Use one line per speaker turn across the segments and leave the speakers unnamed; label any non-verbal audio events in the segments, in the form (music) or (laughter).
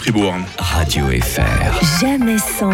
Fribourg.
Radio FR.
Jamais sans,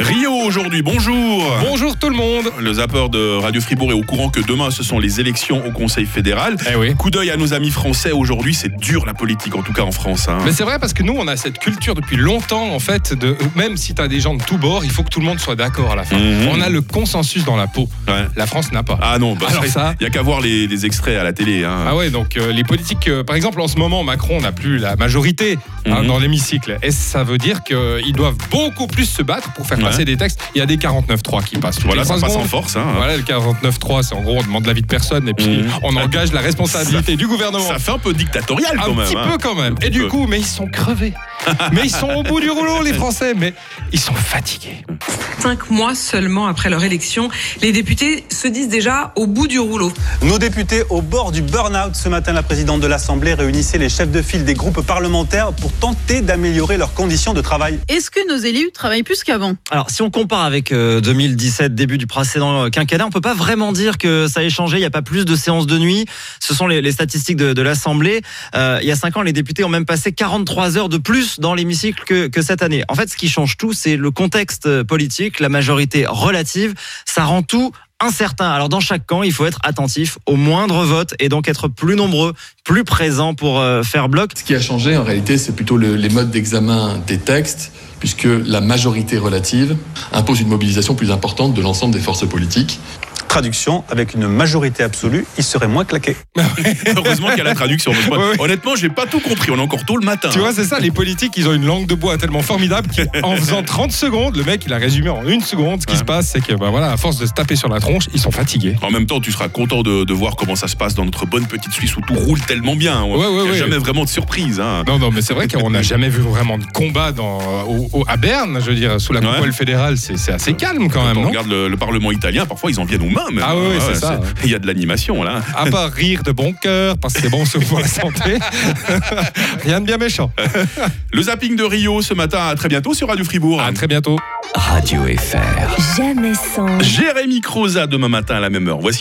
Rio aujourd'hui, bonjour
Bonjour tout le monde
Le zapper de Radio Fribourg est au courant que demain ce sont les élections au Conseil fédéral.
Eh oui.
Coup d'œil à nos amis français aujourd'hui, c'est dur la politique, en tout cas en France. hein.
Mais c'est vrai parce que nous, on a cette culture depuis longtemps, en fait, de même si t'as des gens de tous bords, il faut que tout le monde soit d'accord à la fin.
Mhm.
On a le consensus dans la peau.
Ouais.
La France n'a pas.
Ah non, bah,
Alors ça-
il n'y a qu'à voir les, les extraits à la télé. hein.
Ah ouais, donc euh, les politiques, euh, par exemple, en ce moment, Macron n'a plus la majorité hein,
Mhm.
dans l'hémicycle. Et ça veut dire qu'ils doivent beaucoup plus se battre pour faire
Ouais.
passer des textes. Il y a des 49-3 qui passent. toutes
voilà,
les
ça
trois
passe en
secondes.
force. hein.
Voilà, le 49-3, c'est en gros, on demande l'avis de personne et puis
Mhm.
on engage la responsabilité du gouvernement.
Ça fait un peu dictatorial
Un
quand même.
petit
hein.
peu quand même.
petit
Et du
peu.
coup, mais ils
(laughs)
sont crevés. mais ils sont au bout du rouleau, les Français. Mais ils sont fatigués.
Cinq mois seulement après leur élection, les députés se disent déjà au bout du rouleau.
Nos députés au bord du burn-out. Ce matin, la présidente de l'Assemblée réunissait les chefs de file des groupes parlementaires pour tenter d'améliorer leurs conditions de travail.
Est-ce que nos élus travaillent plus qu'avant
Alors, si on compare avec euh, 2017, début du précédent euh, quinquennat, on peut pas vraiment dire que ça a échangé. Il n'y a pas plus de séances de nuit. Ce sont les, les statistiques de, de l'Assemblée. Euh, il y a cinq ans, les députés ont même passé 43 heures de plus dans l'hémicycle que, que cette année. En fait, ce qui change tout, c'est le contexte euh, politique, la majorité relative. Ça rend tout incertain. Alors, dans chaque camp, il faut être attentif au moindre vote et donc être plus nombreux, plus présents pour euh, faire bloc.
Ce qui a changé en réalité, c'est plutôt le- les modes d'examen des textes, puisque la majorité relative impose une mobilisation plus importante de l'ensemble des forces politiques.
Traduction, avec une majorité absolue, ils seraient moins claqués.
(laughs) Heureusement qu'il y a la traduction. parce que
(laughs)
moi,
Ouais, ouais.
Honnêtement, j'ai pas tout compris. On est encore tôt le matin.
Tu vois, c'est ça, les politiques, ils ont une langue de bois tellement formidable
(laughs)
qu'en faisant 30 secondes, le mec, il a résumé en une seconde. Ce qui
Ouais.
se passe, c'est que, bah voilà, à force de se taper sur la tronche, ils sont fatigués.
En même temps, tu seras content de, de voir comment ça se passe dans notre bonne petite Suisse où tout roule tellement bien.
Ouais, ouais,
Il n'y a
ouais.
jamais vraiment de surprise. hein.
Non, non, mais c'est vrai
(laughs)
qu'on n'a jamais vu vraiment de combat dans, euh, au- au- à Berne, je veux dire, sous la
Ouais.
coupole fédérale, c'est c'est assez calme quand même,
Quand on
non
regarde le, le Parlement italien, parfois ils en viennent aux mains. Même. hein.
Ah oui, oui, c'est ça,
c'est- Il y a de l'animation là.
À part rire de bon cœur, parce que c'est bon sauf pour
(laughs)
la santé, rien de bien méchant.
Le zapping de Rio ce matin, à très bientôt sur Radio Fribourg.
À très bientôt.
Radio FR.
jamais sans.
Jérémy Croza demain matin à la même heure. Voici